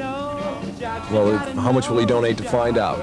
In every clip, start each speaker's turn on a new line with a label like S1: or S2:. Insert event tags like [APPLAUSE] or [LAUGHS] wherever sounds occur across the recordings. S1: Well, how much will he donate to find out?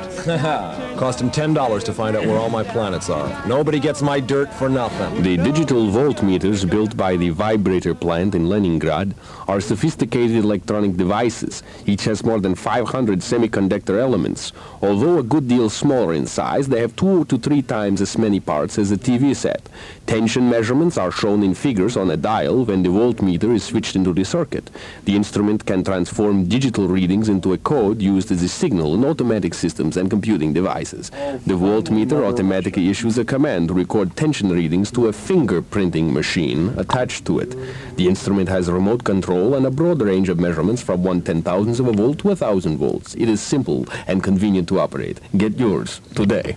S1: Cost him $10 to find out where all my planets are. Nobody gets my dirt for nothing.
S2: The digital voltmeters built by the vibrator plant in Leningrad are sophisticated electronic devices. Each has more than 500 semiconductor elements. Although a good deal smaller in size, they have two to three times as many parts as a TV set. Tension measurements are shown in figures on a dial when the voltmeter is switched into the circuit. The instrument can transform digital readings into a code used as a signal in automatic systems and computing devices. The voltmeter automatically issues a command to record tension readings to a fingerprinting machine attached to it. The instrument has remote control and a broad range of measurements from one ten thousandth of a volt to a thousand volts. It is simple and convenient to operate. Get yours today.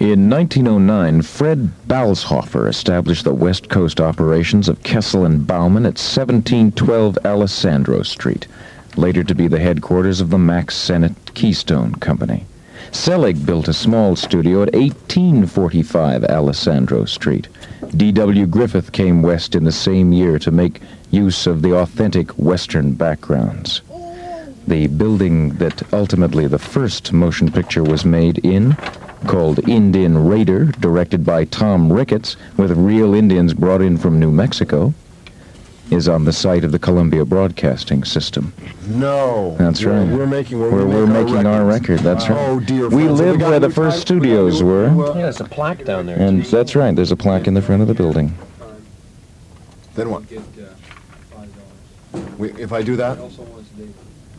S3: In 1909, Fred Balshofer established the West Coast operations of Kessel and Bauman at 1712 Alessandro Street, later to be the headquarters of the Max Senate Keystone Company. Selig built a small studio at 1845 Alessandro Street. D.W. Griffith came west in the same year to make use of the authentic Western backgrounds. The building that ultimately the first motion picture was made in called Indian Raider, directed by Tom Ricketts, with real Indians brought in from New Mexico, is on the site of the Columbia Broadcasting System.
S1: No.
S3: That's
S1: We're-
S3: right.
S1: We're making, we
S3: Where we're making our record, that's right.
S1: Oh, dear
S3: We
S1: friends, have
S3: lived
S1: got
S3: where
S1: a
S3: the
S1: new
S3: first
S1: type- we got a
S3: studios
S1: new-
S3: were.
S1: new, uh,
S4: Yeah, there's a plaque down there.
S3: And that's right, there's a plaque in the front of the building.
S1: Then what?
S5: uh,
S1: We- If I do that?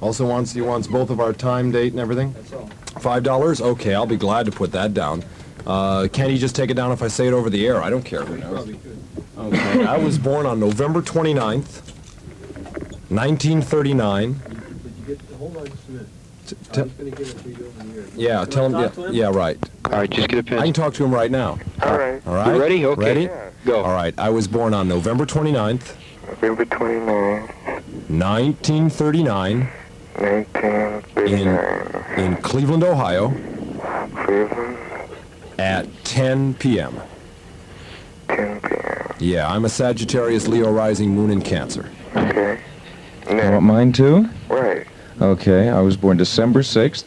S1: Also wants, he wants both of our time, date, and everything? That's all. Five dollars? Okay, I'll be glad to put that down. Uh, can't he just take it down if I say it over the air? I don't care who knows. Okay, I was born on November 29th, 1939. T- t-
S5: Uh,
S1: Yeah, tell him, yeah, yeah, right.
S6: All right, just get a pen.
S1: I can talk to him right now.
S6: All right.
S1: All right?
S6: You ready? Okay.
S1: Ready?
S6: Yeah. Go.
S1: All right, I was born on November 29th,
S6: November 29,
S1: 1939, in,
S6: 1939,
S1: in Cleveland, Ohio,
S6: Cleveland,
S1: at 10 p.m.
S6: 10 p.m.
S1: Yeah, I'm a Sagittarius, Leo rising, moon in Cancer.
S6: Okay.
S3: You want
S6: Now,
S3: mine too?
S6: right.
S3: Okay, I was born December 6th,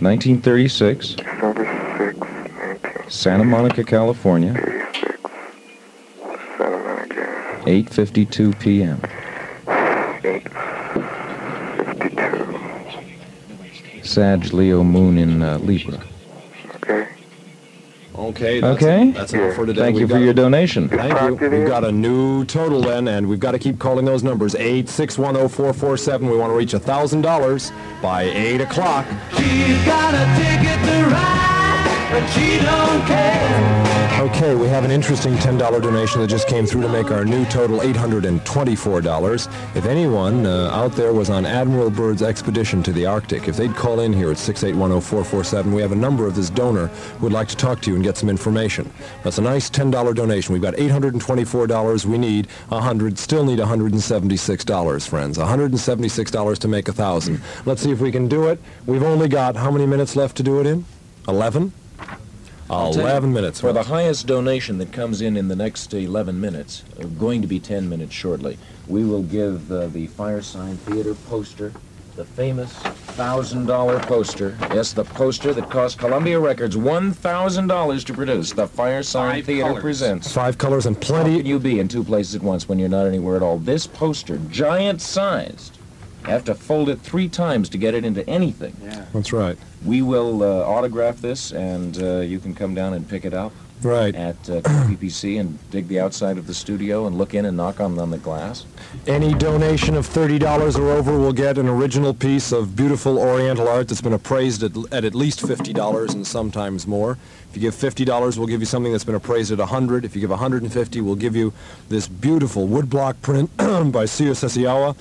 S3: 1936,
S6: December 6, 1936.
S3: Santa Monica, California,
S6: Santa Monica,
S3: 8:52 p.m.
S6: 52.
S3: Sag Leo Moon in uh, Libra.
S6: Okay.
S1: Okay. That's,
S3: Okay.
S1: That's enough for today.
S3: Thank you
S1: We've
S3: for
S1: got-
S3: your donation.
S1: Thank you. We've got a new total then, and we've got to keep calling those numbers. 8610447. We want to reach $1,000 by 8 o'clock.
S7: She's got a ticket to ride, but she don't care.
S1: Okay, we have an interesting $10 donation that just came through to make our new total $824. If anyone uh, out there was on Admiral Byrd's expedition to the Arctic, if they'd call in here at 6810447, we have a number of this donor who would like to talk to you and get some information. That's a nice $10 donation. We've got $824. We need 100, still need $176, friends. $176 to make a 1000 Let's see if we can do it. We've only got how many minutes left to do it in? 11?
S4: tell you,
S1: 11 minutes.
S4: For the
S1: friends.
S4: highest donation that comes in in the next 11 minutes, uh, going to be 10 minutes shortly, we will give uh, the Fireside Theater poster, the famous $1,000 poster. Yes, the poster that cost Columbia Records $1,000 to produce. The Fireside Theater presents.
S1: Five colors and
S4: How
S1: plenty.
S4: can you be in two places at once when you're not anywhere at all? This poster, giant sized, you have to fold it three times to get it into anything.
S1: That's right.
S4: We will uh, autograph this, and uh, you can come down and pick it up
S1: Right.
S4: at uh, PPC and dig the outside of the studio and look in and knock on, on the glass.
S1: Any donation of $30 or over will get an original piece of beautiful oriental art that's been appraised at, at at least $50 and sometimes more. If you give $50, we'll give you something that's been appraised at 100. If you give 150, we'll give you this beautiful woodblock print [CLEARS THROAT] by Seiya Sasiawa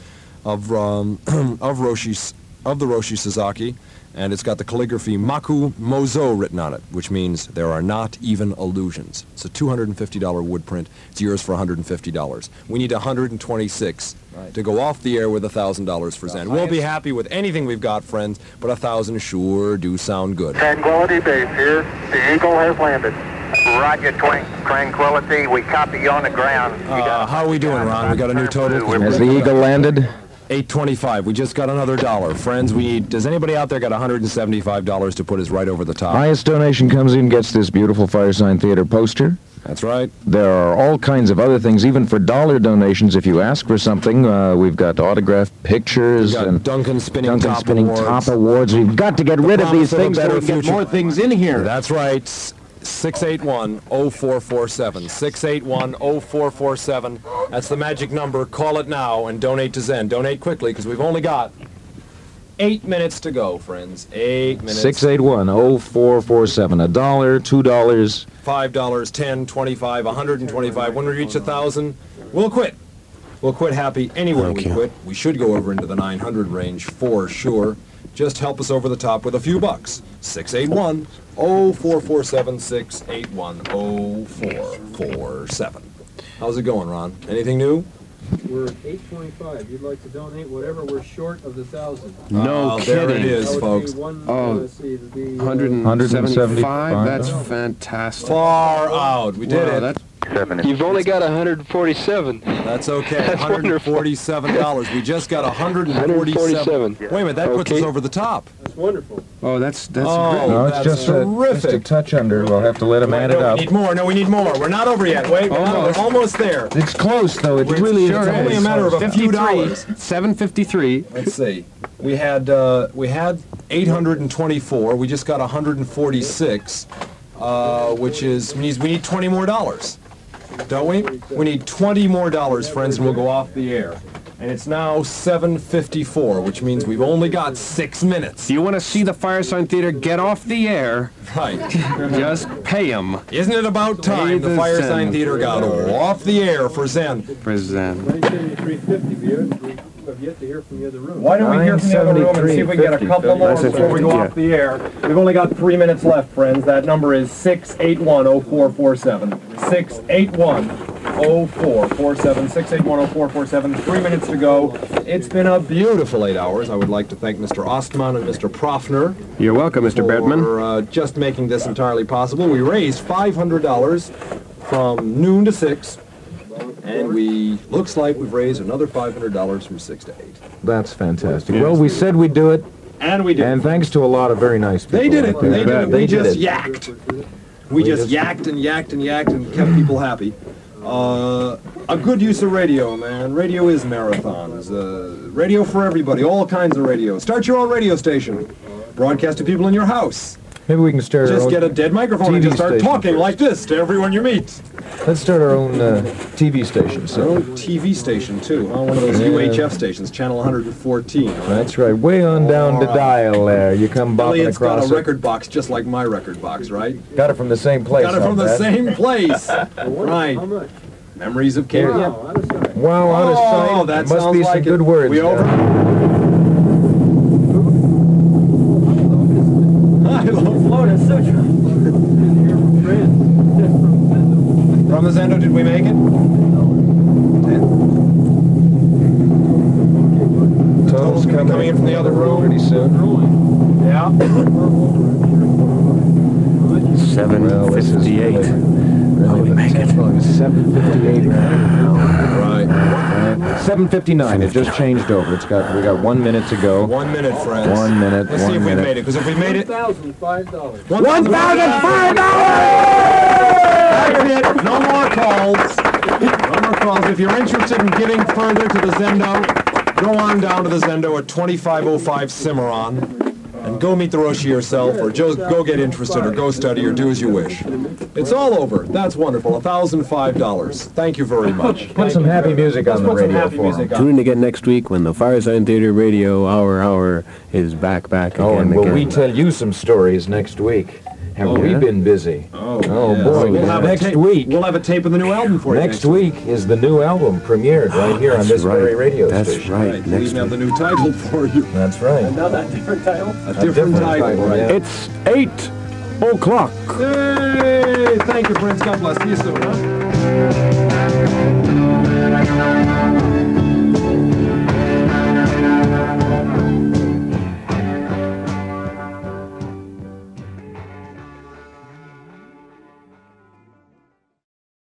S1: of, um, [CLEARS THROAT] of, Roshi, of the Roshi Sasaki. And it's got the calligraphy Maku Mozo written on it, which means there are not even illusions. It's a $250 wood print. It's yours for $150. We need 126 to go off the air with $1,000 for Zen. We'll be happy with anything we've got, friends, but 1,000 sure do sound good.
S8: Tranquility Base here. The Eagle has landed.
S5: Roger, twin, Tranquility. We copy you on the ground. You
S1: Uh,
S5: got-
S1: how are we doing, Ron? We got a new total?
S5: We're-
S3: Has the eagle landed?
S1: 825. We just got another dollar. Friends, we need. Does anybody out there got $175 to put us right over the top?
S3: Highest donation comes in, gets this beautiful Firesign Theater poster.
S1: That's right.
S3: There are all kinds of other things, even for dollar donations. If you ask for something, uh, we've got autographed pictures
S1: We got
S3: and
S1: Duncan spinning
S3: Duncan
S1: top
S3: spinning
S1: awards.
S3: top awards. We've got to get rid of
S1: promise
S3: these
S1: of a
S3: things so
S1: better
S3: we can get
S1: future.
S3: more things in here.
S1: That's right. 681 0447. 681 0447. That's the magic number. Call it now and donate to Zen. Donate quickly because we've only got eight minutes to go, friends. Eight minutes.
S3: 681-0447. A dollar, two dollars.
S1: five dollars, ten, twenty-five, a hundred and twenty-five. When we reach a thousand, we'll quit. We'll quit happy anywhere we quit. We should go over into the nine hundred range for sure. Just help us over the top with a few bucks. 681 0447 681 0447. How's it going, Ron? Anything new?
S5: We're at 825. You'd like to donate whatever we're short of the thousand.
S2: No
S1: Oh,
S2: kidding.
S1: there it
S5: That
S1: is,
S5: would
S1: folks.
S5: be one,
S2: Oh.
S5: uh, let's see, it'd be, uh,
S2: 175?
S3: 175?
S2: That's fantastic.
S1: Far out. We did
S2: Wow,
S1: it.
S2: that's-
S9: You've only got 147.
S1: That's okay. $147. We just got 147.
S9: 147.
S1: Wait a minute, that puts
S9: Okay.
S1: us over the top.
S5: That's wonderful.
S2: oh, that's that's
S1: Oh,
S2: great.
S3: No, it's
S1: that's
S3: just a, just a
S1: terrific.
S3: touch under. We'll have to let them add
S1: no,
S3: it up.
S1: We need more. No, we need more. We're not over yet. Wait, we're, not, we're almost there.
S3: It's close, though. It
S1: We're-
S3: really
S1: sure
S3: is.
S1: is. only a matter of a few dollars.
S2: 753.
S1: Let's see. We had uh, we had 824. We just got 146, uh, which is we need, we need 20 more dollars, don't we? We need 20 more dollars, friends, and we'll go off the air. And it's now 7:54, which means we've only got six minutes.
S2: Do you want to see the Firesign Theater get off the air?
S1: Right.
S3: Mm-hmm.
S2: Just pay him.
S1: Isn't it about time the
S2: Leave the
S1: Fire Sign
S2: Zen.
S1: Theater got off the air for Zen?
S2: Present.
S5: 97350, we have yet to hear from the other room.
S1: Why don't we hear from the other room and see if we can get a
S3: 973.50,
S1: couple more
S2: that's it,
S1: before we go
S2: yeah.
S1: off the air? We've only got three minutes left, friends. That number is 6810447. 6810447. 6810447. Three minutes to go. It's been a beautiful eight hours. I would like to thank Mr. Ostman and Mr. Profner
S2: You're welcome, Mr. Bertman.
S1: for uh, just making this entirely possible. We raised $500 from noon to 6, and we looks like we've raised another $500 from 6 to 8.
S3: That's fantastic. Well, we said we'd do it,
S1: And we did.
S3: and thanks to a lot of very nice people.
S1: They did it.
S3: out there.
S1: They did it.
S3: They did
S1: We just
S3: it.
S1: yacked. We just yacked and yacked and yacked and kept people happy. Uh, a good use of radio, man. Radio is marathons. Uh, radio for everybody. All kinds of radio. Start your own radio station. Broadcast to people in your house.
S3: Maybe we can start our
S1: Just
S3: own,
S1: get a dead microphone and
S3: TV
S1: just start
S3: station
S1: talking like this to everyone you meet.
S3: Let's start our own uh, TV station.
S1: Our
S3: So
S1: own TV station too. Huh? One of those
S3: Yeah.
S1: UHF stations, channel 114.
S3: that's right. Way on down the
S1: All right.
S3: dial there. You come bopping
S1: Elliot's got
S3: across.
S1: a record box just like my record box, right?
S3: It. Got it from the same place.
S1: Got it
S3: I'll
S1: from the
S3: bet.
S1: same
S3: [LAUGHS]
S1: place. right.
S5: How much?
S1: Memories of Cape.
S5: Wow, out of sight.
S3: Wow, on his
S1: Oh,
S3: site.
S1: that
S3: Must
S1: sounds
S3: be some
S1: like it.
S3: good words.
S1: We
S3: now.
S1: over? [LAUGHS] I love
S5: Florida, such a... from [LAUGHS] France.
S1: From the Zendo, did we make it?
S3: Total's coming,
S1: Coming in from the other room.
S3: pretty soon.
S1: Yeah.
S3: Well, this is really-
S2: 758.
S3: Really, we make it. 758
S1: Right.
S3: 759. It just changed over. It's got we got one minute to go.
S1: One minute, friends.
S3: One minute.
S1: Let's
S3: one
S1: see if
S3: minute.
S1: we made it, because if we made it...
S5: $1,005.
S1: One thousand five dollars! That's it. No more calls. No more calls. If you're interested in giving further to the Zendo, go on down to the Zendo at 2505 Cimarron and go meet the Roshi yourself, or just go get interested, or go study, or do as you wish. It's all over. That's wonderful. $1,005. Thank you very much.
S3: Put some happy music on the
S1: Put some
S3: radio
S1: happy
S3: for 'em.
S1: music on.
S2: Tune in again next week when the Firesign Theater Radio Hour Hour is back, back again.
S3: Oh, and will
S2: again.
S3: we tell you some stories next week? Have we
S2: yeah?
S3: been busy? Oh, boy.
S1: We'll have a
S3: next
S1: tape-
S3: week.
S1: We'll have a tape of the new album for you.
S3: Next week is the new album premiered right here
S2: [GASPS]
S3: on
S2: That's
S3: this
S2: right.
S3: very radio
S2: That's
S3: station.
S2: right.
S1: Right, we
S2: Next
S1: even have
S2: week.
S1: the new title [LAUGHS] for you.
S3: That's right.
S5: Now that different title?
S1: A different title, right?
S3: yeah.
S2: It's 8 o'clock.
S1: Yay! Thank you, friends. God bless. See you soon. Huh?